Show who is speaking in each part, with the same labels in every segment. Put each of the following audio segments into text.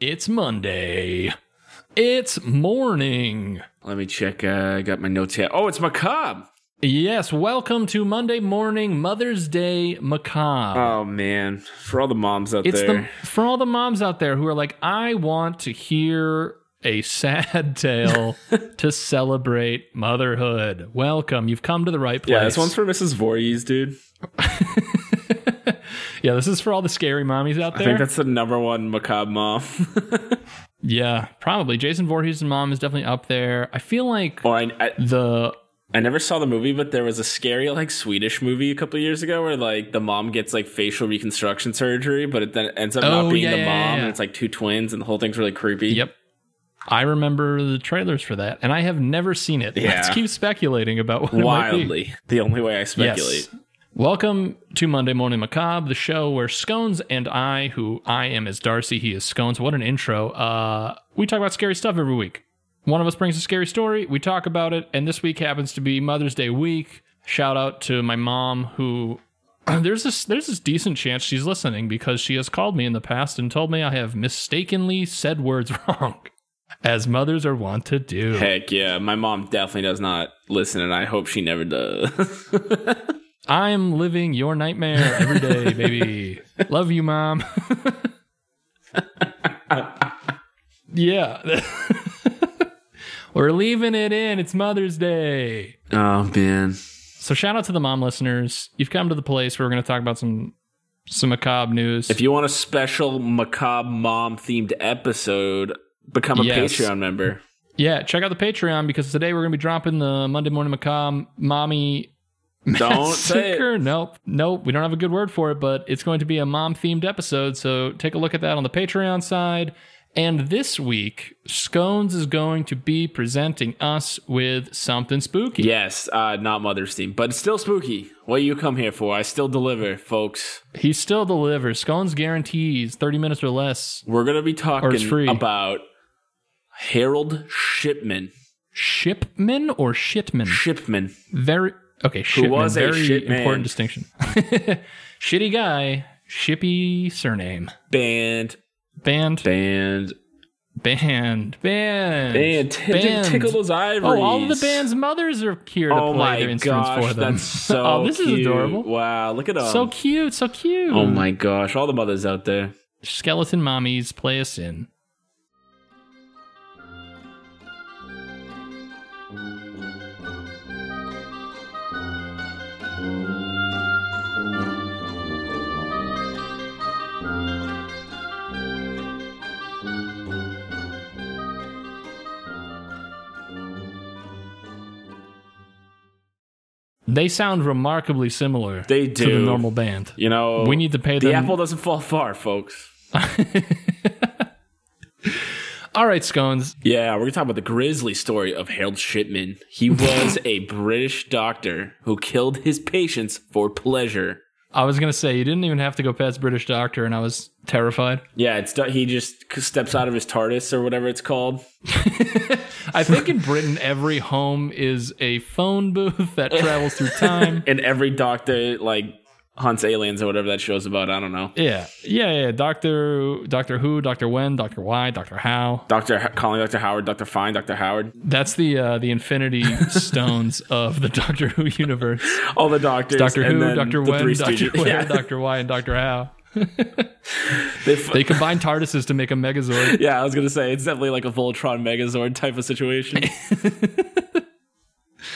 Speaker 1: It's Monday. It's morning.
Speaker 2: Let me check. Uh, I got my notes here. Oh, it's macabre.
Speaker 1: Yes, welcome to Monday morning Mother's Day macabre.
Speaker 2: Oh man, for all the moms out
Speaker 1: it's
Speaker 2: there.
Speaker 1: the for all the moms out there who are like, I want to hear a sad tale to celebrate motherhood. Welcome. You've come to the right place.
Speaker 2: yeah, this one's for Mrs. Voorhees, dude.
Speaker 1: yeah, this is for all the scary mommies out
Speaker 2: I think
Speaker 1: there.
Speaker 2: that's the number one macabre mom.
Speaker 1: Yeah, probably. Jason Voorhees' mom is definitely up there. I feel like
Speaker 2: or I, I,
Speaker 1: the
Speaker 2: I never saw the movie, but there was a scary like Swedish movie a couple years ago where like the mom gets like facial reconstruction surgery, but it then ends up
Speaker 1: Oh,
Speaker 2: not being
Speaker 1: yeah,
Speaker 2: the
Speaker 1: yeah,
Speaker 2: mom,
Speaker 1: yeah, yeah.
Speaker 2: and it's like two twins, and the whole thing's really creepy.
Speaker 1: Yep. I remember the trailers for that, and I have never seen it.
Speaker 2: Yeah.
Speaker 1: Let's keep speculating about what It might be.
Speaker 2: Wildly, the only way I speculate.
Speaker 1: Yes. Welcome to Monday Morning Macabre, the show where Scones and I, who I am is Darcy, he is Scones. What an intro. Uh, we talk about scary stuff every week. One of us brings a scary story, we talk about it, and this week happens to be Mother's Day week. Shout out to my mom who there's this there's this decent chance she's listening because she has called me in the past and told me I have mistakenly said words wrong, as mothers are wont to do.
Speaker 2: Heck yeah, my mom definitely does not listen, and I hope she never does.
Speaker 1: I'm living your nightmare every day, baby. Love you, mom. yeah. We're leaving it in. It's Mother's Day.
Speaker 2: oh man.
Speaker 1: So shout out to the mom listeners. You've come to the place where we're going to talk about some some macabre news.
Speaker 2: If you want a special macabre mom themed episode, become a
Speaker 1: Yes.
Speaker 2: Patreon member.
Speaker 1: yeah, check out the Patreon because today we're going to be dropping the Monday Morning Macabre Mommy
Speaker 2: Don't say it.
Speaker 1: Massacre. Nope. Nope. We don't have a good word for it, but it's going to be a mom themed episode. So take a look at that on the Patreon side. And this week, Scones is going to be presenting us with something spooky.
Speaker 2: Yes, uh, not Mother's Theme, but it's still spooky. What you come here for? I still deliver, folks.
Speaker 1: He still delivers. Scones guarantees 30 minutes or less.
Speaker 2: We're gonna be
Speaker 1: it's free.
Speaker 2: talking about Harold Shipman.
Speaker 1: Shipman or shitman?
Speaker 2: Shipman.
Speaker 1: Very okay. Shipman,
Speaker 2: was a
Speaker 1: very
Speaker 2: shit man.
Speaker 1: important distinction. Shitty guy, shippy surname.
Speaker 2: Band.
Speaker 1: Band,
Speaker 2: Band.
Speaker 1: band, band,
Speaker 2: Band. T-
Speaker 1: band.
Speaker 2: Tickle those ivories.
Speaker 1: Oh, all the band's mothers are here to
Speaker 2: Oh
Speaker 1: play
Speaker 2: my
Speaker 1: their instruments
Speaker 2: gosh,
Speaker 1: for them.
Speaker 2: that's so.
Speaker 1: oh, this
Speaker 2: cute.
Speaker 1: is adorable.
Speaker 2: Wow, look at them.
Speaker 1: so cute, so cute.
Speaker 2: Oh my gosh, all the mothers out there.
Speaker 1: Skeleton mommies, play us in. They sound remarkably similar
Speaker 2: They
Speaker 1: to the
Speaker 2: do.
Speaker 1: normal band.
Speaker 2: You know,
Speaker 1: We need to pay
Speaker 2: the
Speaker 1: them.
Speaker 2: apple doesn't fall far, folks.
Speaker 1: All right, scones.
Speaker 2: Yeah, we're gonna talk about the grisly story of Harold Shipman. He was a British doctor who killed his patients for pleasure.
Speaker 1: I was gonna say you didn't even have to go past British Doctor, and I was terrified.
Speaker 2: Yeah, it's he just steps out of his TARDIS or whatever it's called.
Speaker 1: I think in Britain, every home is a phone booth that travels through time.
Speaker 2: And every doctor like hunts aliens or whatever that show's about. I don't know.
Speaker 1: Yeah, yeah, yeah. Doctor, Doctor Who, Doctor When, Doctor Why, Doctor How.
Speaker 2: Doctor H- calling Doctor Howard, Doctor Fine, Doctor Howard.
Speaker 1: That's the uh, the Infinity Stones of the Doctor Who universe.
Speaker 2: All the doctors.
Speaker 1: Doctor
Speaker 2: and
Speaker 1: Who,
Speaker 2: then
Speaker 1: Doctor
Speaker 2: the
Speaker 1: When,
Speaker 2: Three
Speaker 1: Doctor
Speaker 2: Stooges.
Speaker 1: Where,
Speaker 2: Yeah.
Speaker 1: Doctor Why, and Doctor How.
Speaker 2: They f-
Speaker 1: They combine TARDISes to make a Megazord.
Speaker 2: yeah, I was gonna say it's definitely like a Voltron Megazord type of situation.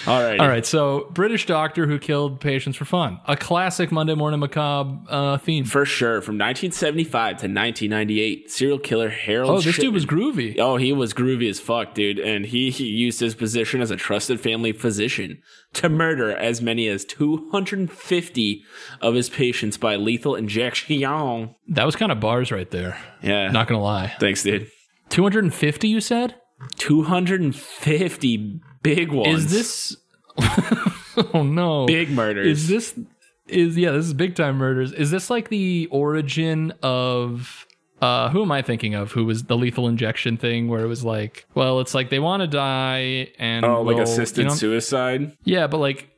Speaker 2: All right.
Speaker 1: All right, so British doctor who killed patients for fun. A classic Monday Morning Macabre uh, theme.
Speaker 2: For sure, from 1975 to 1998, serial killer Harold.
Speaker 1: Oh, this dude
Speaker 2: Shipman-
Speaker 1: was groovy.
Speaker 2: Oh, he was groovy as fuck, dude, and he, he used his position as a trusted family physician to murder as many as 250 of his patients by lethal injection. Yeah,
Speaker 1: That was kind of bars right there. Not gonna lie.
Speaker 2: thanks, dude.
Speaker 1: 250 you said?
Speaker 2: 250 big
Speaker 1: Is
Speaker 2: ones.
Speaker 1: this Oh no.
Speaker 2: big murders?
Speaker 1: Is this is yeah, this is big time murders. Is this like the origin of uh who am I thinking of? Who was the lethal injection thing where it was like, well, it's like they want to die and
Speaker 2: oh, like
Speaker 1: we'll-
Speaker 2: assisted
Speaker 1: you know-
Speaker 2: suicide?
Speaker 1: Yeah, but like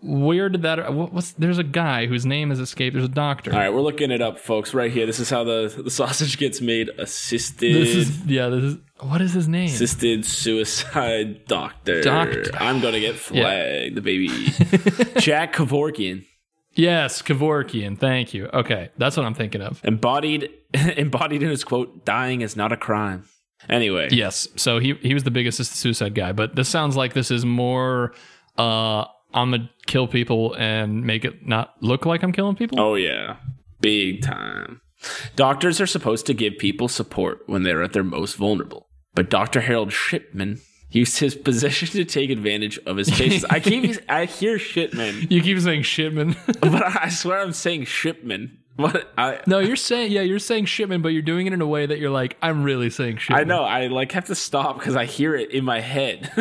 Speaker 1: Where did that? what- What's there's a guy whose name has escaped. There's a doctor.
Speaker 2: All right, we're looking it up, folks, right here. This is how the, the sausage gets made assisted.
Speaker 1: This is yeah. This is what is his name?
Speaker 2: Assisted suicide doctor.
Speaker 1: Doctor.
Speaker 2: I'm gonna get flagged, baby. Jack Kevorkian,
Speaker 1: yes, Kevorkian. Thank you. Okay, that's what I'm thinking of.
Speaker 2: embodied embodied in his quote, "Dying is not a crime." Anyway,
Speaker 1: Yes. So he he was the biggest assisted suicide guy, but this sounds like this is more uh I'm gonna kill people and make it not look like I'm killing people.
Speaker 2: oh yeah, big time. Doctors are supposed to give people support when they're at their most vulnerable, but Doctor Harold Shipman used his position to take advantage of his patients. I keep I hear Shipman,
Speaker 1: You keep saying Shipman.
Speaker 2: but I swear I'm saying Shipman. What I
Speaker 1: no, you're saying yeah, you're saying Shipman, but you're doing it in a way that you're like, I'm really saying
Speaker 2: I
Speaker 1: Shipman.
Speaker 2: know I like have to stop because I hear it in my head.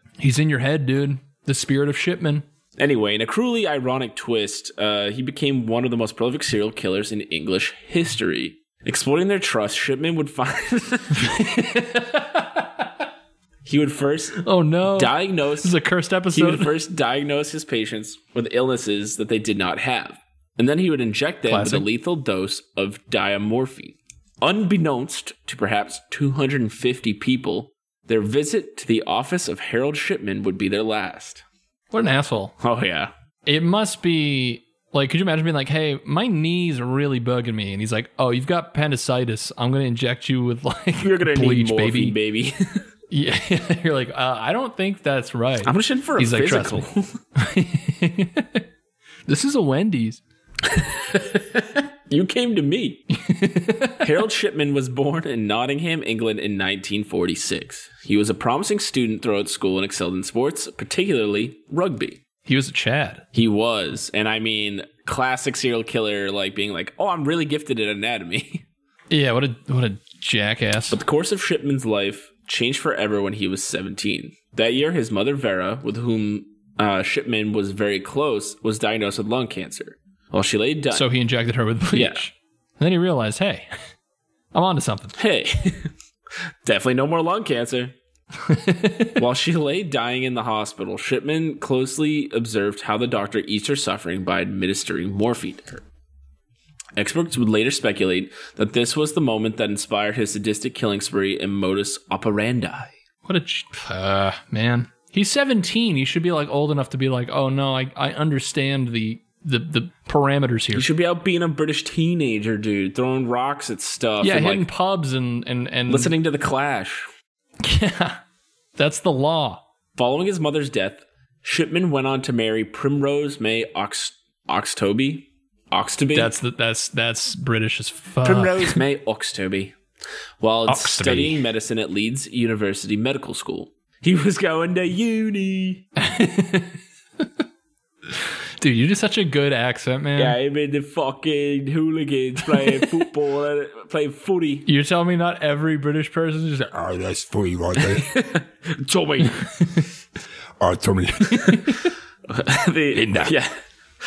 Speaker 1: He's in your head, dude. The spirit of Shipman.
Speaker 2: Anyway, in a cruelly ironic twist, uh, he became one of the most prolific serial killers in English history. Exploiting their trust, Shipman would find. he would first
Speaker 1: Oh no.
Speaker 2: diagnose.
Speaker 1: this is a cursed
Speaker 2: He would
Speaker 1: episode.
Speaker 2: first diagnose his patients with illnesses that they did not have, and then he would inject them
Speaker 1: Classic.
Speaker 2: with a lethal dose of diamorphine. Unbeknownst to perhaps 250 people, their visit to the office of Harold Shipman would be their last.
Speaker 1: What an asshole.
Speaker 2: Oh yeah.
Speaker 1: It must be like, could you imagine being like, hey, my knees are really bugging me? And he's like, oh, you've got appendicitis. I'm going to inject you with like
Speaker 2: You're gonna
Speaker 1: bleach,
Speaker 2: need morphine, baby.
Speaker 1: Yeah, you're like, uh, I don't think that's right.
Speaker 2: I'm just in for a
Speaker 1: He's like, "Trust
Speaker 2: physical.
Speaker 1: this is a Wendy's.
Speaker 2: you came to me. Harold Shipman was born in Nottingham, England, in 1946. He was a promising student throughout school and excelled in sports, particularly rugby.
Speaker 1: He was a Chad.
Speaker 2: He was, and I mean, classic serial killer, like being like, "Oh, I'm really gifted at anatomy."
Speaker 1: Yeah, what a what a jackass.
Speaker 2: But the course of Shipman's life changed forever when he was 17. That year, his mother Vera, with whom uh, Shipman was very close, was diagnosed with lung cancer. While she lay dying,
Speaker 1: so he injected her with bleach.
Speaker 2: Yeah.
Speaker 1: And then he realized, hey, I'm onto something.
Speaker 2: hey, definitely no more lung cancer. While she lay dying in the hospital, Shipman closely observed how the doctor eased her suffering by administering morphine to her. Experts would later speculate that this was the moment that inspired his sadistic killing spree and modus operandi.
Speaker 1: What a ch- uh, man. He's 17. He should be like old enough to be like, oh no, I, I understand the, the the parameters here.
Speaker 2: You should be out being a British teenager, dude, throwing rocks at stuff
Speaker 1: yeah,
Speaker 2: and
Speaker 1: hitting
Speaker 2: like
Speaker 1: pubs and and and
Speaker 2: listening to the Clash.
Speaker 1: Yeah, that's the law.
Speaker 2: Following his mother's death, Shipman went on to marry Primrose May Ox- Oxtoby. Oxtoby?
Speaker 1: That's the, that's that's British as fuck.
Speaker 2: Primrose May Oxtoby. While
Speaker 1: Oxtoby.
Speaker 2: studying medicine at Leeds University Medical School. He was going to uni.
Speaker 1: Dude, you do such a good accent, man.
Speaker 2: Yeah, him and the fucking hooligans playing football, and playing footy.
Speaker 1: You're telling me not every British person is just like,
Speaker 3: Oh, that's funny right there.
Speaker 2: Tommy.
Speaker 3: oh, Tommy.
Speaker 2: Linda. Yeah.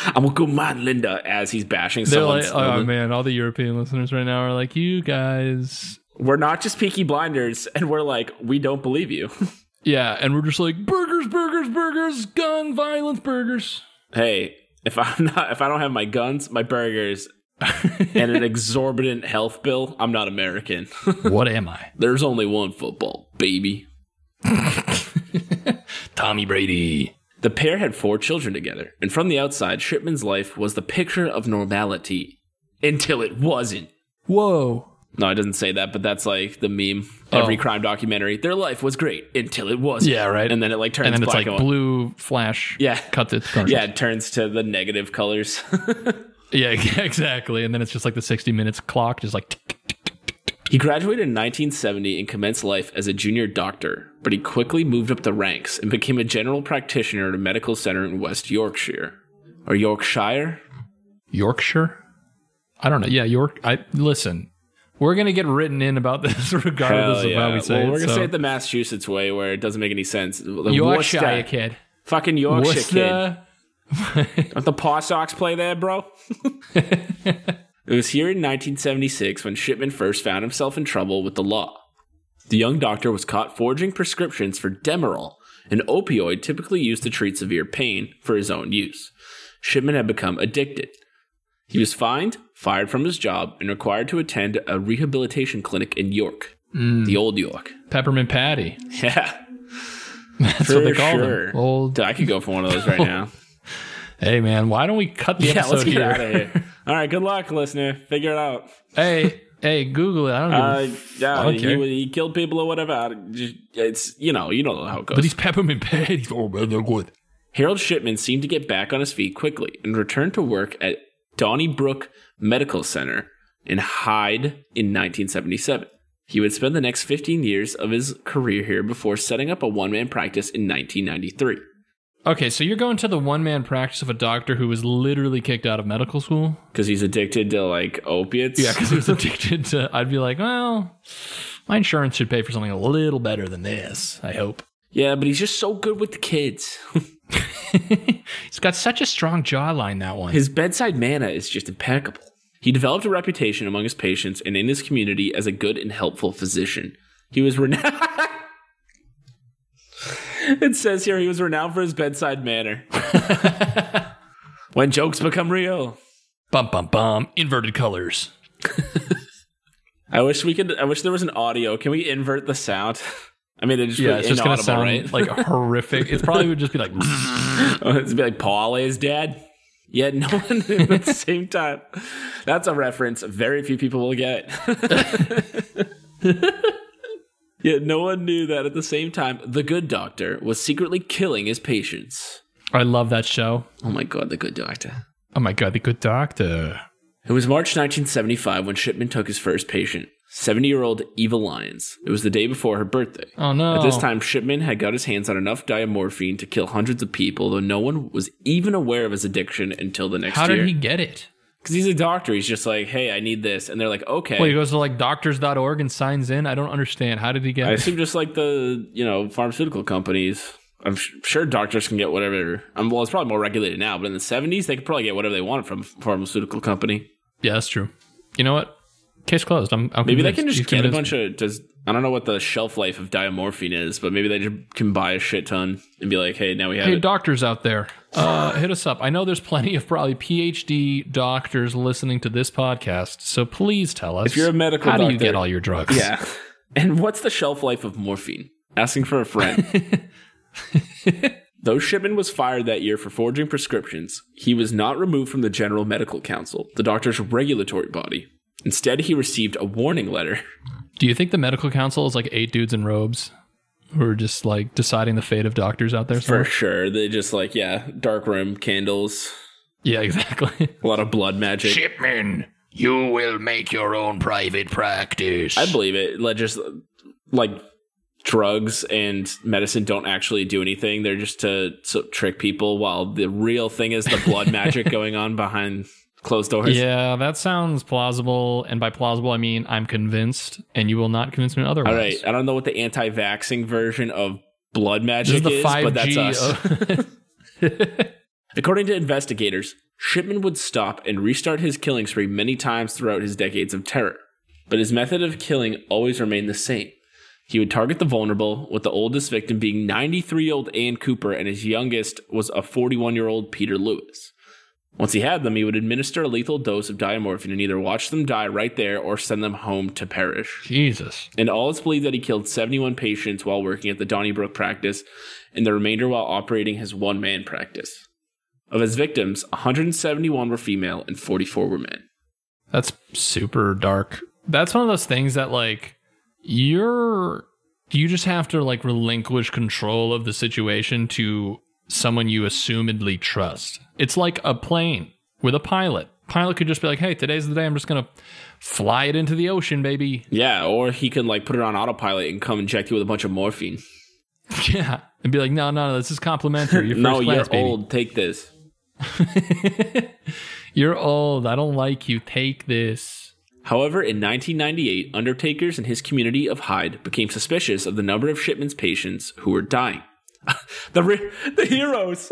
Speaker 2: I'm a good man, Linda, as he's bashing
Speaker 1: they're
Speaker 2: someone.
Speaker 1: like, oh man, all the European listeners right now are like, you guys.
Speaker 2: we're not just Peaky Blinders, and we're like, we don't believe you.
Speaker 1: Yeah, and we're just like burgers, burgers, burgers, gun violence, burgers.
Speaker 2: hey, if I'm not, if I don't have my guns, my burgers, and an exorbitant health bill, I'm not American.
Speaker 1: what am I,
Speaker 2: There's only one football, baby.
Speaker 1: Tommy Brady?
Speaker 2: The pair had four children together, and from the outside, Shipman's life was the picture of normality until it wasn't.
Speaker 1: Whoa.
Speaker 2: No, it doesn't say that, but that's like the meme. Every
Speaker 1: Oh.
Speaker 2: crime documentary, their life was great until it wasn't.
Speaker 1: Yeah, right.
Speaker 2: And then it like turns
Speaker 1: And then it's like
Speaker 2: black and white.
Speaker 1: blue flash.
Speaker 2: Yeah.
Speaker 1: Cut the
Speaker 2: Yeah, it turns to the negative colors.
Speaker 1: yeah, exactly. And then it's just like the 60 minutes clock, just like. tick, tick, tick.
Speaker 2: he graduated in 1970 and commenced life as a junior doctor, but he quickly moved up the ranks and became a general practitioner at a medical center in West Yorkshire. Or Yorkshire?
Speaker 1: Yorkshire? I don't know. Yeah, York. I listen. We're gonna get written in about this, regardless
Speaker 2: Hell
Speaker 1: of how we say
Speaker 2: well,
Speaker 1: it.
Speaker 2: we're gonna
Speaker 1: so-
Speaker 2: say it the Massachusetts way, where it doesn't make any sense. The
Speaker 1: Yorkshire
Speaker 2: Worcester-
Speaker 1: kid.
Speaker 2: fucking Yorkshire kid.
Speaker 1: Worcester.
Speaker 2: Don't the Paw Sox play there, bro? it was here in 1976 when Shipman first found himself in trouble with the law. The young doctor was caught forging prescriptions for Demerol an opioid typically used to treat severe pain for his own use. Shipman had become addicted. He was fined, fired from his job, and required to attend a rehabilitation clinic in York,
Speaker 1: Hmm.
Speaker 2: the old York.
Speaker 1: Peppermint Patty.
Speaker 2: Yeah,
Speaker 1: That's
Speaker 2: for
Speaker 1: what they call
Speaker 2: sure.
Speaker 1: them. Old.
Speaker 2: Dude, I could go for one of those right now.
Speaker 1: Hey man, why don't we cut the
Speaker 2: yeah,
Speaker 1: episode
Speaker 2: let's get
Speaker 1: here?
Speaker 2: out of here. All right, good luck, listener. Figure it out.
Speaker 1: hey, hey, Google it. I don't give a
Speaker 2: Uh,
Speaker 1: f- I
Speaker 2: yeah,
Speaker 1: don't
Speaker 2: he,
Speaker 1: care.
Speaker 2: he killed people or whatever. I just- It's you know, you know how it goes.
Speaker 1: but he's Peppermint Patty.
Speaker 3: Oh, man, they're good.
Speaker 2: Harold Shipman seemed to get back on his feet quickly and returned to work at Donnybrook Medical Center in Hyde in 1977. He would spend the next 15 years of his career here before setting up a one man practice in 1993.
Speaker 1: Okay, so you're going to the one man practice of a doctor who was literally kicked out of medical school.
Speaker 2: Because he's addicted to like opiates.
Speaker 1: Yeah, because he was addicted to. I'd be like, well, my insurance should pay for something a little better than this. I hope.
Speaker 2: Yeah, but he's just so good with the kids.
Speaker 1: He's got such a strong jawline. That one.
Speaker 2: His bedside manner is just impeccable. He developed a reputation among his patients and in his community as a good and helpful physician. He was renowned. it says here he was renowned for his bedside manner. when jokes become real.
Speaker 1: bum bum bum. Inverted colors.
Speaker 2: I wish we could. I wish there was an audio. Can we invert the sound? I mean, it'd just
Speaker 1: Yeah,
Speaker 2: be
Speaker 1: it's just gonna
Speaker 2: inaudible,
Speaker 1: sound
Speaker 2: right?
Speaker 1: like horrific. It probably would just be like.
Speaker 2: It'd be Oh, like Paul is dead. Yet no one at the same time. That's a reference very few people will get. Yet no one knew that at the same time, the good doctor was secretly killing his patients.
Speaker 1: I love that show.
Speaker 2: Oh my god, the good doctor.
Speaker 1: Oh my god, the good doctor.
Speaker 2: It was March 1975 when Shipman took his first patient, 70 year old Eva Lyons. It was the day before her birthday.
Speaker 1: Oh no.
Speaker 2: At this time, Shipman had got his hands on enough diamorphine to kill hundreds of people, though no one was even aware of his addiction until the next
Speaker 1: how
Speaker 2: year.
Speaker 1: did he get it?
Speaker 2: Because he's a doctor. He's just like, hey, I need this. And they're like, okay.
Speaker 1: Well, he goes to like doctors.org and signs in. I don't understand. How did he get
Speaker 2: I
Speaker 1: it?
Speaker 2: assume just like the, you know, pharmaceutical companies. I'm sh- sure doctors can get whatever. Um, well, it's probably more regulated now, but in the 70s, they could probably get whatever they wanted from a pharmaceutical company.
Speaker 1: Yeah, that's true. You know what? Case closed. I'm, I'm
Speaker 2: Maybe they
Speaker 1: convinced.
Speaker 2: can just
Speaker 1: He's
Speaker 2: get a
Speaker 1: convinced.
Speaker 2: bunch of, just, I don't know what the shelf life of diamorphine is, but maybe they just can buy a shit ton and be like, hey, now we have
Speaker 1: Hey,
Speaker 2: it.
Speaker 1: doctors out there, uh, hit us up. I know there's plenty of probably PhD doctors listening to this podcast, so please tell us. If
Speaker 2: you're a medical
Speaker 1: how do you
Speaker 2: doctor-
Speaker 1: get all your drugs?
Speaker 2: yeah. And what's the shelf life of morphine? Asking for a friend. Though Shipman was fired that year for forging prescriptions, he was not removed from the General Medical Council, the doctor's regulatory body. Instead, he received a warning letter.
Speaker 1: Do you think the medical council is like eight dudes in robes who are just like deciding the fate of doctors out there?
Speaker 2: For
Speaker 1: somewhere?
Speaker 2: sure. They just like, yeah, dark room, candles,
Speaker 1: Yeah, exactly.
Speaker 2: a lot of blood magic.
Speaker 4: Shipman, you will make your own private practice.
Speaker 2: I believe it. Like, just like drugs and medicine don't actually do anything. They're just to so, trick people. While the real thing is the blood magic going on behind closed doors.
Speaker 1: yeah, that sounds plausible. And by plausible, I mean I'm convinced, and you will not convince me otherwise.
Speaker 2: All right. I don't know what the anti-vaxing version of blood
Speaker 1: This is
Speaker 2: magic
Speaker 1: the
Speaker 2: is, but
Speaker 1: 5G.
Speaker 2: that's us.
Speaker 1: of-
Speaker 2: According to investigators, Shipman would stop and restart his killing spree many times throughout his decades of terror, but his method of killing always remained the same. He would target the vulnerable, with the oldest victim being 93 year old Ann Cooper, and his youngest was a 41 year old Peter Lewis. Once he had them, he would administer a lethal dose of diamorphine and either watch them die right there or send them home to perish.
Speaker 1: Jesus.
Speaker 2: And all is believed that he killed 71 patients while working at the Donnybrook practice, and the remainder while operating his one man practice. Of his victims, 171 were female and 44 were men.
Speaker 1: That's super dark. That's one of those things that like you're you just have to like relinquish control of the situation to someone you assumedly trust. It's like a plane with a pilot. Pilot could just be like, "Hey, today's the day I'm just going to fly it into the ocean, baby."
Speaker 2: Yeah, or he can like put it on autopilot and come inject you with a bunch of morphine.
Speaker 1: Yeah. And be like, "No, no, no, this is complimentary. You're first
Speaker 2: no,
Speaker 1: class,
Speaker 2: you're
Speaker 1: baby.
Speaker 2: old. Take this.
Speaker 1: You're old. I don't like you. Take this."
Speaker 2: However, in 1998, undertakers in his community of Hyde became suspicious of the number of Shipman's patients who were dying. the re- the heroes.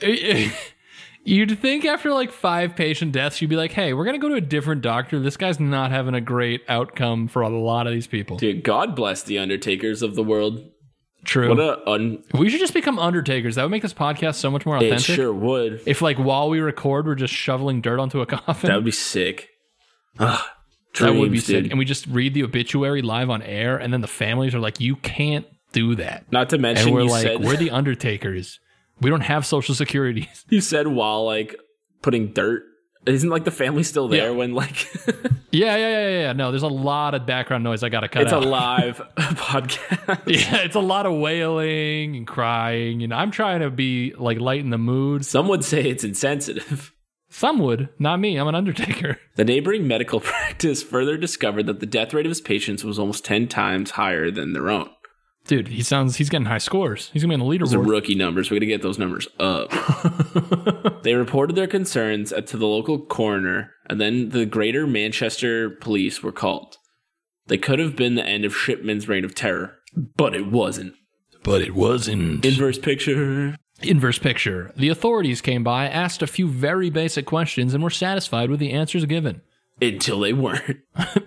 Speaker 1: You'd think after like five patient deaths, you'd be like, hey, we're going to go to a different doctor. This guy's not having a great outcome for a lot of these people.
Speaker 2: Dude, God bless the undertakers of the world.
Speaker 1: True.
Speaker 2: What a un-
Speaker 1: we should just become undertakers. That would make this podcast so much more
Speaker 2: it
Speaker 1: authentic.
Speaker 2: sure would.
Speaker 1: If like while we record, we're just shoveling dirt onto a coffin.
Speaker 2: That would be sick. Ah,
Speaker 1: That would be
Speaker 2: dreams, dude.
Speaker 1: sick. And we just read the obituary live on air, and then the families are like, "You can't do that."
Speaker 2: Not to mention
Speaker 1: And we're
Speaker 2: you
Speaker 1: like,
Speaker 2: said
Speaker 1: "We're the undertakers. We don't have social security."
Speaker 2: you said while like putting dirt. Isn't like the family still there
Speaker 1: Yeah.
Speaker 2: when like
Speaker 1: yeah, yeah, yeah, yeah, yeah. No, there's a lot of background noise I gotta cut
Speaker 2: it's a
Speaker 1: out.
Speaker 2: live podcast?
Speaker 1: Yeah, it's a lot of wailing and crying, and I'm trying to be like lighten the mood.
Speaker 2: Some would say it's insensitive.
Speaker 1: Some would, not me. I'm an undertaker.
Speaker 2: The neighboring medical practice further discovered that the death rate of his patients was almost ten times higher than their own.
Speaker 1: Dude, he sounds he's getting high scores. He's gonna be on the
Speaker 2: Those are
Speaker 1: leaderboard.
Speaker 2: rookie numbers. We're going to get those numbers up. they reported their concerns to the local coroner, and then the Greater Manchester police were called. They could have been the end of Shipman's reign of terror, but it wasn't.
Speaker 1: but it wasn't.
Speaker 2: Inverse picture.
Speaker 1: Inverse picture. The authorities came by, asked a few very basic questions, and were satisfied with the answers given.
Speaker 2: Until they weren't.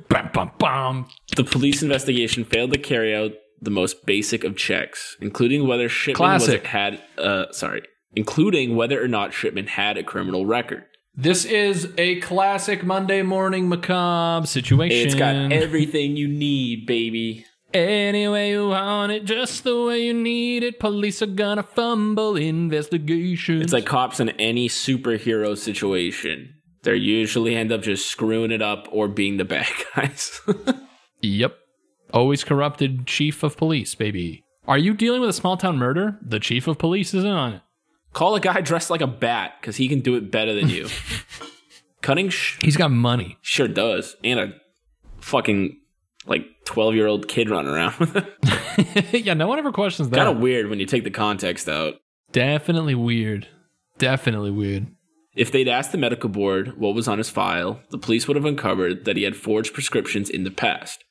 Speaker 1: Bam, bam, bam.
Speaker 2: The police investigation failed to carry out the most basic of checks, including whether Shipman
Speaker 1: Classic.
Speaker 2: Was, had, uh, sorry, including whether or not Shipman had a criminal record.
Speaker 1: This is a classic Monday morning macabre situation.
Speaker 2: It's got everything you need, baby.
Speaker 1: Any way you want it, just the way you need it. Police are gonna fumble investigation.
Speaker 2: It's like cops in any superhero situation. They usually end up just screwing it up or being the bad guys.
Speaker 1: yep, always corrupted chief of police, baby. Are you dealing with a small town murder? The chief of police isn't on it.
Speaker 2: Call a guy dressed like a bat because he can do it better than you. Cutting sh-
Speaker 1: He's got money.
Speaker 2: sure does, and a fucking like twelve year old kid running around.
Speaker 1: yeah, no one ever questions that.
Speaker 2: kind of weird when you take the context out.
Speaker 1: Definitely weird. Definitely weird.
Speaker 2: If they'd asked the medical board what was on his file, the police would have uncovered that he had forged prescriptions in the past.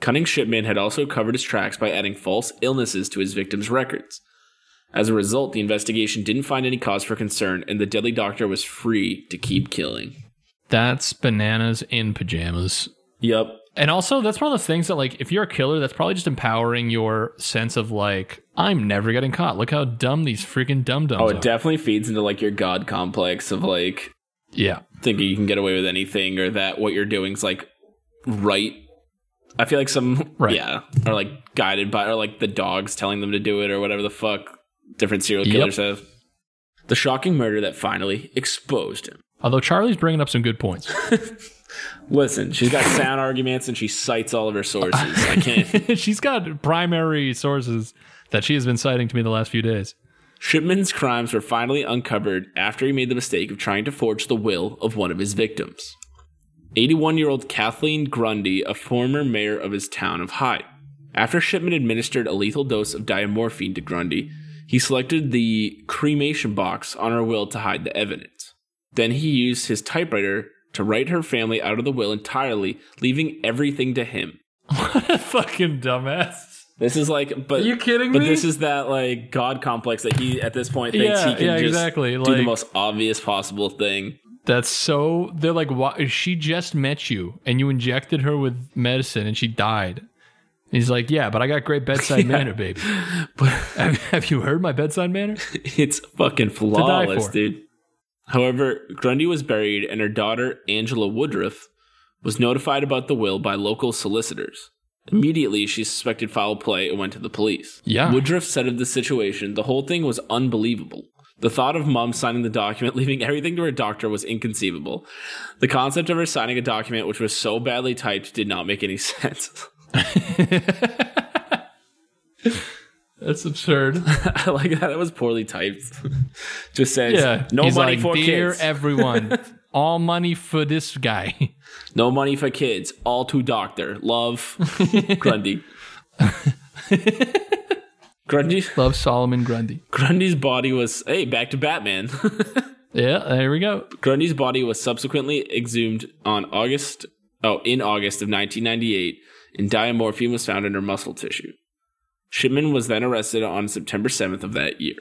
Speaker 2: Cunning Shipman had also covered his tracks by adding false illnesses to his victims' records. As a result, the investigation didn't find any cause for concern, and the deadly doctor was free to keep killing.
Speaker 1: That's bananas in pajamas.
Speaker 2: Yep.
Speaker 1: And also, that's one of those things that, like, if you're a killer, that's probably just empowering your sense of, like, I'm never getting caught. Look how dumb these freaking dum dums
Speaker 2: Oh,
Speaker 1: are.
Speaker 2: it definitely feeds into like your god complex of like
Speaker 1: yeah.
Speaker 2: thinking you can get away with anything or that what you're doing's like right. I feel like some
Speaker 1: Right.
Speaker 2: yeah are like guided by or like the dogs telling them to do it or whatever the fuck different serial
Speaker 1: Yep.
Speaker 2: killers have. The shocking murder that finally exposed him.
Speaker 1: Although Charlie's bringing up some good points.
Speaker 2: Listen, she's got sound arguments and she cites all of her sources. I can't.
Speaker 1: She's got primary sources that she has been citing to me the last few days.
Speaker 2: Shipman's crimes were finally uncovered after he made the mistake of trying to forge the will of one of his victims. 81 year old Kathleen Grundy, a former mayor of his town of Hyde. After Shipman administered a lethal dose of diamorphine to Grundy, he selected the cremation box on her will to hide the evidence. Then he used his typewriter to write her family out of the will entirely, leaving everything to him.
Speaker 1: Fucking dumbass.
Speaker 2: This is like, but
Speaker 1: Are you kidding
Speaker 2: But
Speaker 1: me?
Speaker 2: this is that like god complex that he at this point thinks
Speaker 1: Yeah,
Speaker 2: he can
Speaker 1: yeah,
Speaker 2: just
Speaker 1: exactly,
Speaker 2: do the
Speaker 1: like-
Speaker 2: most obvious possible thing.
Speaker 1: That's so. They're like, why? She just met you, and you injected her with medicine, and she died. And he's like, yeah, but I got great bedside manner, baby. But have, have you heard my bedside manner?
Speaker 2: It's fucking
Speaker 1: die
Speaker 2: flawless,
Speaker 1: for.
Speaker 2: dude. However, Grundy was buried, and her daughter Angela Woodruff was notified about the will by local solicitors. Immediately, she suspected foul play and went to the police.
Speaker 1: Yeah.
Speaker 2: Woodruff said of the situation, the whole thing was unbelievable. The thought of mom signing the document, leaving everything to her doctor, was inconceivable. The concept of her signing a document which was so badly typed did not make any sense.
Speaker 1: That's absurd.
Speaker 2: I like that. That was poorly typed. Just says,
Speaker 1: Yeah,
Speaker 2: no
Speaker 1: He's
Speaker 2: money
Speaker 1: like,
Speaker 2: for
Speaker 1: dear
Speaker 2: kids.
Speaker 1: everyone, all money for this guy.
Speaker 2: no money for kids. All to doctor. Love, Grundy. Grundy.
Speaker 1: Love Solomon Grundy.
Speaker 2: Grundy's body was hey back to Batman.
Speaker 1: Yeah, there we go.
Speaker 2: Grundy's body was subsequently exhumed on August, oh, in August of 1998, and diamorphine was found in her muscle tissue. Shipman was then arrested on September 7th of that year.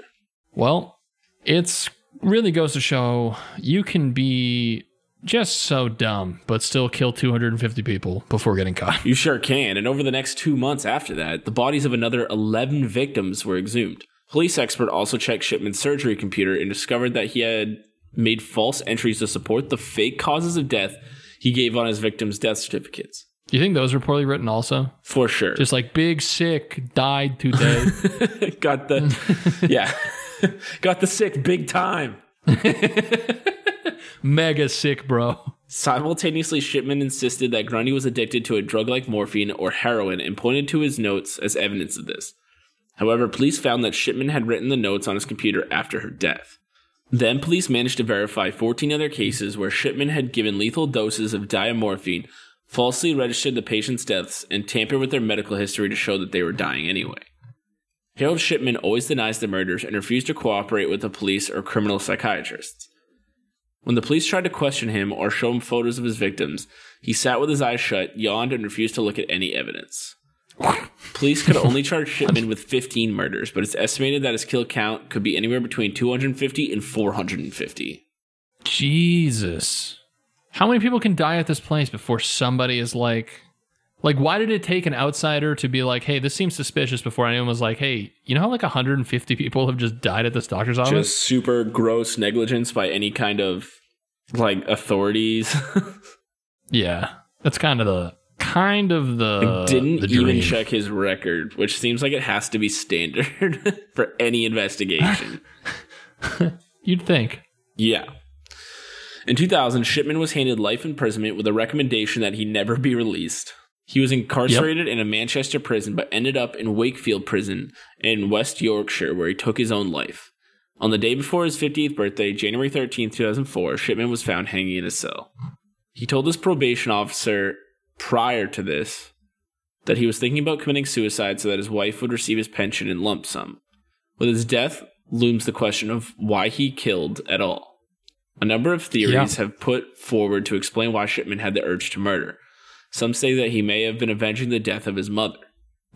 Speaker 1: Well, it's really goes to show you can be Just so dumb, but still kill 250 people before getting caught.
Speaker 2: You sure can. And over the next two months after that, the bodies of another 11 victims were exhumed. Police expert also checked Shipman's surgery computer and discovered that he had made false entries to support the fake causes of death he gave on his victims' death certificates.
Speaker 1: You think those were poorly written also?
Speaker 2: For sure.
Speaker 1: Just like big sick died today.
Speaker 2: got the yeah. got the sick big time.
Speaker 1: Mega sick, bro.
Speaker 2: Simultaneously, Shipman insisted that Grundy was addicted to a drug like morphine or heroin and pointed to his notes as evidence of this. However, police found that Shipman had written the notes on his computer after her death. Then, police managed to verify 14 other cases where Shipman had given lethal doses of diamorphine, falsely registered the patient's deaths, and tampered with their medical history to show that they were dying anyway. Harold Shipman always denies the murders and refused to cooperate with the police or criminal psychiatrists. When the police tried to question him or show him photos of his victims, he sat with his eyes shut, yawned, and refused to look at any evidence. Police could only charge Shipman with 15 murders, but it's estimated that his kill count could be anywhere between 250 and 450.
Speaker 1: Jesus. How many people can die at this place before somebody is like like why did it take an outsider to be like, "Hey, this seems suspicious" before anyone was like, "Hey, you know how like 150 people have just died at this doctor's office?"
Speaker 2: Just super gross negligence by any kind of like authorities.
Speaker 1: yeah. That's kind of the kind of the
Speaker 2: Didn't
Speaker 1: Uh, the
Speaker 2: even
Speaker 1: dream.
Speaker 2: check his record, which seems like it has to be standard for any investigation.
Speaker 1: You'd think.
Speaker 2: Yeah. In 2000, Shipman was handed life imprisonment with a recommendation that he never be released. He was incarcerated in a Manchester prison, but ended up in Wakefield Prison in West Yorkshire, where he took his own life. On the day before his 50th birthday, January 13, 2004, Shipman was found hanging in his cell. He told his probation officer prior to this that he was thinking about committing suicide so that his wife would receive his pension in lump sum. With his death looms the question of why he killed at all. A number of theories
Speaker 1: Yeah.
Speaker 2: have put forward to explain why Shipman had the urge to murder. Some say that he may have been avenging the death of his mother.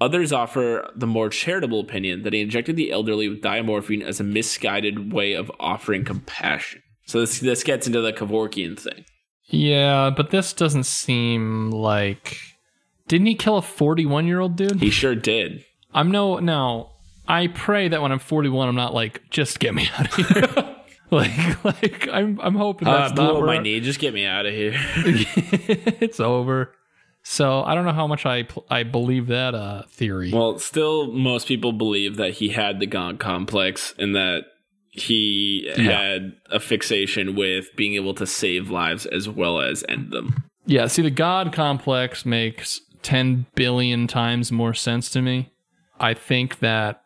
Speaker 2: Others offer the more charitable opinion that he injected the elderly with diamorphine as a misguided way of offering compassion. So this this gets into the Kevorkian thing.
Speaker 1: Yeah, but this doesn't seem like didn't he kill a 41 year old dude?
Speaker 2: He sure did.
Speaker 1: I'm no now. I pray that when I'm 41, I'm not like just get me out of here. like like I'm I'm hoping
Speaker 2: Uh,
Speaker 1: that's not
Speaker 2: blew up
Speaker 1: where
Speaker 2: my knee. Just get me out of here.
Speaker 1: it's over. So I don't know how much I pl- I believe that uh theory.
Speaker 2: Well, still, most people believe that he had the Gong complex and that he had a fixation with being able to save lives as well as end them.
Speaker 1: yeah, see the god complex makes 10 billion times more sense to me. I think that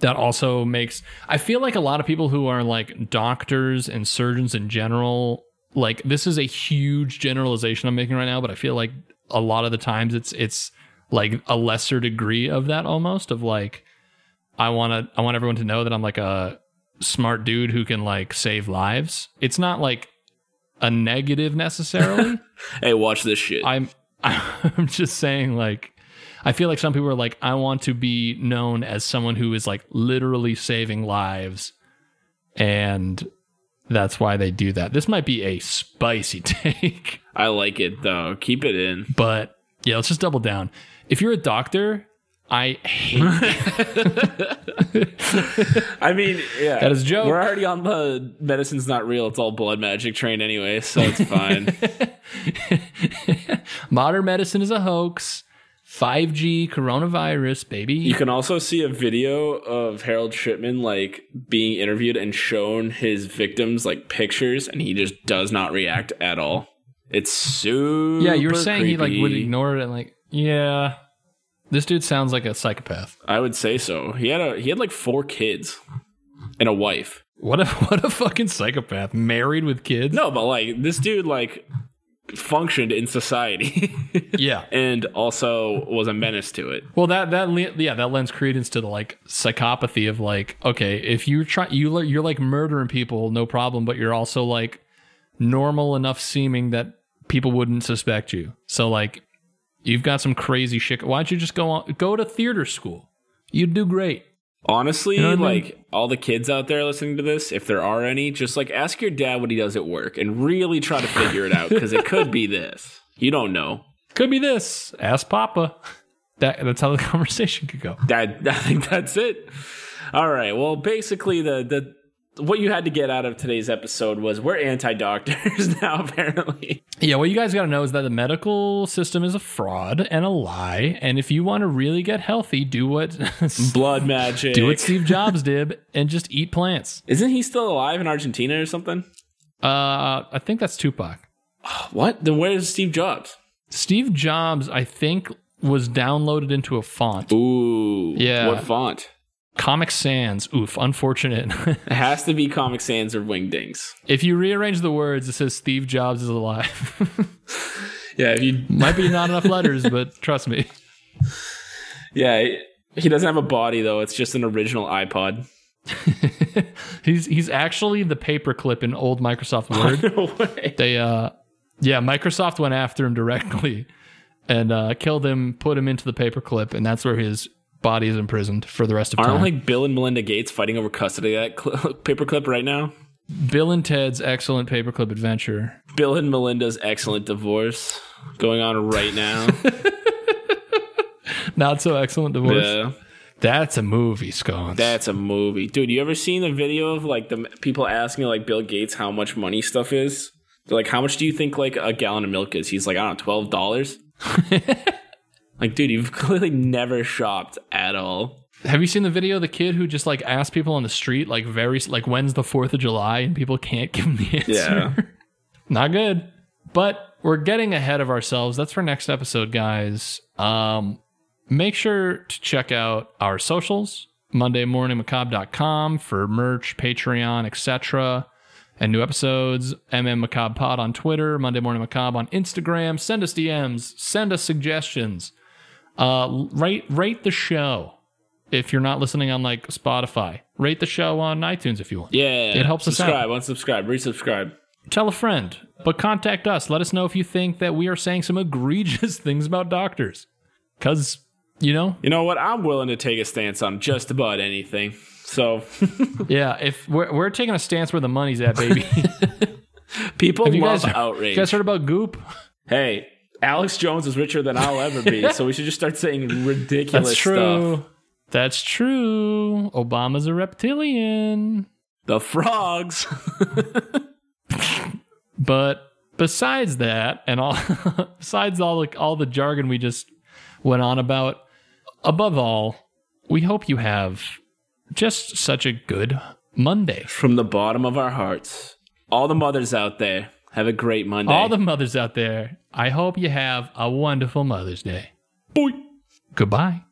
Speaker 1: that also makes I feel like a lot of people who are like doctors and surgeons in general like this is a huge generalization I'm making right now but I feel like a lot of the times it's it's like a lesser degree of that almost of like I want to I want everyone to know that I'm like a smart dude who can like save lives. It's not like a negative necessarily.
Speaker 2: Hey, watch this shit.
Speaker 1: I'm I'm just saying like I feel like some people are like I want to be known as someone who is like literally saving lives and that's why they do that. This might be a spicy take,
Speaker 2: I like it though. Keep it in.
Speaker 1: but yeah, let's just double down. If you're a doctor, I hate
Speaker 2: I mean, yeah.
Speaker 1: That is a joke.
Speaker 2: We're already on the medicine's not real. It's all blood magic train anyway, so it's fine.
Speaker 1: modern medicine is a hoax. 5G coronavirus, baby.
Speaker 2: you can also see a video of Harold Shipman like being interviewed and shown his victims like pictures, and he just does not react at all. It's super.
Speaker 1: yeah, you were saying he like would
Speaker 2: creepy.
Speaker 1: ignore it and like yeah. This dude sounds like a psychopath.
Speaker 2: I would say so. He had a he had like four kids and a wife.
Speaker 1: What a what a fucking psychopath, married with kids.
Speaker 2: No, but like this dude like functioned in society
Speaker 1: Yeah.
Speaker 2: and also was a menace to it.
Speaker 1: Well, that that le- yeah, that lends credence to the like psychopathy of like, okay, if you're try you li- you're like murdering people, no problem, but you're also like normal enough seeming that people wouldn't suspect you. So like, you've got some crazy shit. Why don't you just go on go to theater school? You'd do great.
Speaker 2: Honestly,
Speaker 1: know what I mean?
Speaker 2: like all the kids out there listening to this, if there are any, just like ask your dad what he does at work and really try to figure it out because it could be this. You don't know.
Speaker 1: Could be this. Ask Papa. That, that's how the conversation could go.
Speaker 2: That I think that's it. All right. Well, basically the the what you had to get out of today's episode was we're anti-doctors now apparently.
Speaker 1: Yeah, what you guys got to know is that the medical system is a fraud and a lie. And if you want to really get healthy, do what
Speaker 2: Blood magic.
Speaker 1: do what Steve Jobs did and just eat plants.
Speaker 2: Isn't he still alive in Argentina or something?
Speaker 1: Uh, I think that's Tupac.
Speaker 2: What? Then where's Steve Jobs?
Speaker 1: Steve Jobs, I think, was downloaded into a font.
Speaker 2: Ooh.
Speaker 1: Yeah.
Speaker 2: What font?
Speaker 1: Comic Sans. Oof, unfortunate.
Speaker 2: It has to be Comic Sans or Wingdings.
Speaker 1: if you rearrange the words, it says Steve Jobs is alive.
Speaker 2: Yeah, if you
Speaker 1: Might be not enough letters, but trust me.
Speaker 2: Yeah, he- he doesn't have a body though. It's just an original iPod.
Speaker 1: he's he's actually the paperclip in old Microsoft Word.
Speaker 2: No way.
Speaker 1: they uh yeah microsoft went after him directly and uh killed him put him into the paperclip and that's where his body is imprisoned for the rest of
Speaker 2: Aren't
Speaker 1: time
Speaker 2: like Bill and Melinda Gates fighting over custody of that cl- paperclip right now?
Speaker 1: bill and ted's excellent paperclip adventure
Speaker 2: Bill and Melinda's excellent divorce going on right now.
Speaker 1: not so excellent divorce
Speaker 2: yeah,
Speaker 1: that's a movie scones
Speaker 2: that's a movie, dude. You ever seen the video of like the m- people asking like Bill Gates how much money stuff is? They're like, how much do you think like a gallon of milk is? He's like, I don't know, twelve dollars. like, dude, you've clearly never shopped at all.
Speaker 1: have you seen the video of the kid who just like asked people on the street like very like when's the fourth of july and people can't give him the answer
Speaker 2: Yeah.
Speaker 1: not good but we're getting ahead of ourselves that's for next episode guys um make sure to check out our socials mondaymorningmacabre.com for merch patreon etc and new episodes mm macabre pod on twitter monday morning macabre on instagram send us dms send us suggestions uh rate rate the show if you're not listening on like spotify rate the show on itunes if you want
Speaker 2: Yeah,
Speaker 1: It helps us out.
Speaker 2: subscribe, Subscribe, unsubscribe, resubscribe.
Speaker 1: Tell a friend, but contact us. Let us know if you think that we are saying some egregious things about doctors. Because, you know,
Speaker 2: You know what? I'm willing to take a stance on just about anything. So
Speaker 1: yeah, if we're, we're taking a stance where the money's at, baby.
Speaker 2: people
Speaker 1: you
Speaker 2: love
Speaker 1: guys, you
Speaker 2: outrage.
Speaker 1: guys heard about Goop?
Speaker 2: hey, Alex Jones is richer than I'll ever be, so we should just start saying ridiculous
Speaker 1: That's true.
Speaker 2: stuff.
Speaker 1: That's true. Obama's a reptilian.
Speaker 2: The frogs.
Speaker 1: But besides that, and all besides all the all the jargon we just went on about, above all, we hope you have just such a good Monday.
Speaker 2: From the bottom of our hearts, all the mothers out there, have a great Monday.
Speaker 1: All the mothers out there, I hope you have a wonderful Mother's Day.
Speaker 2: Boy.
Speaker 1: Goodbye.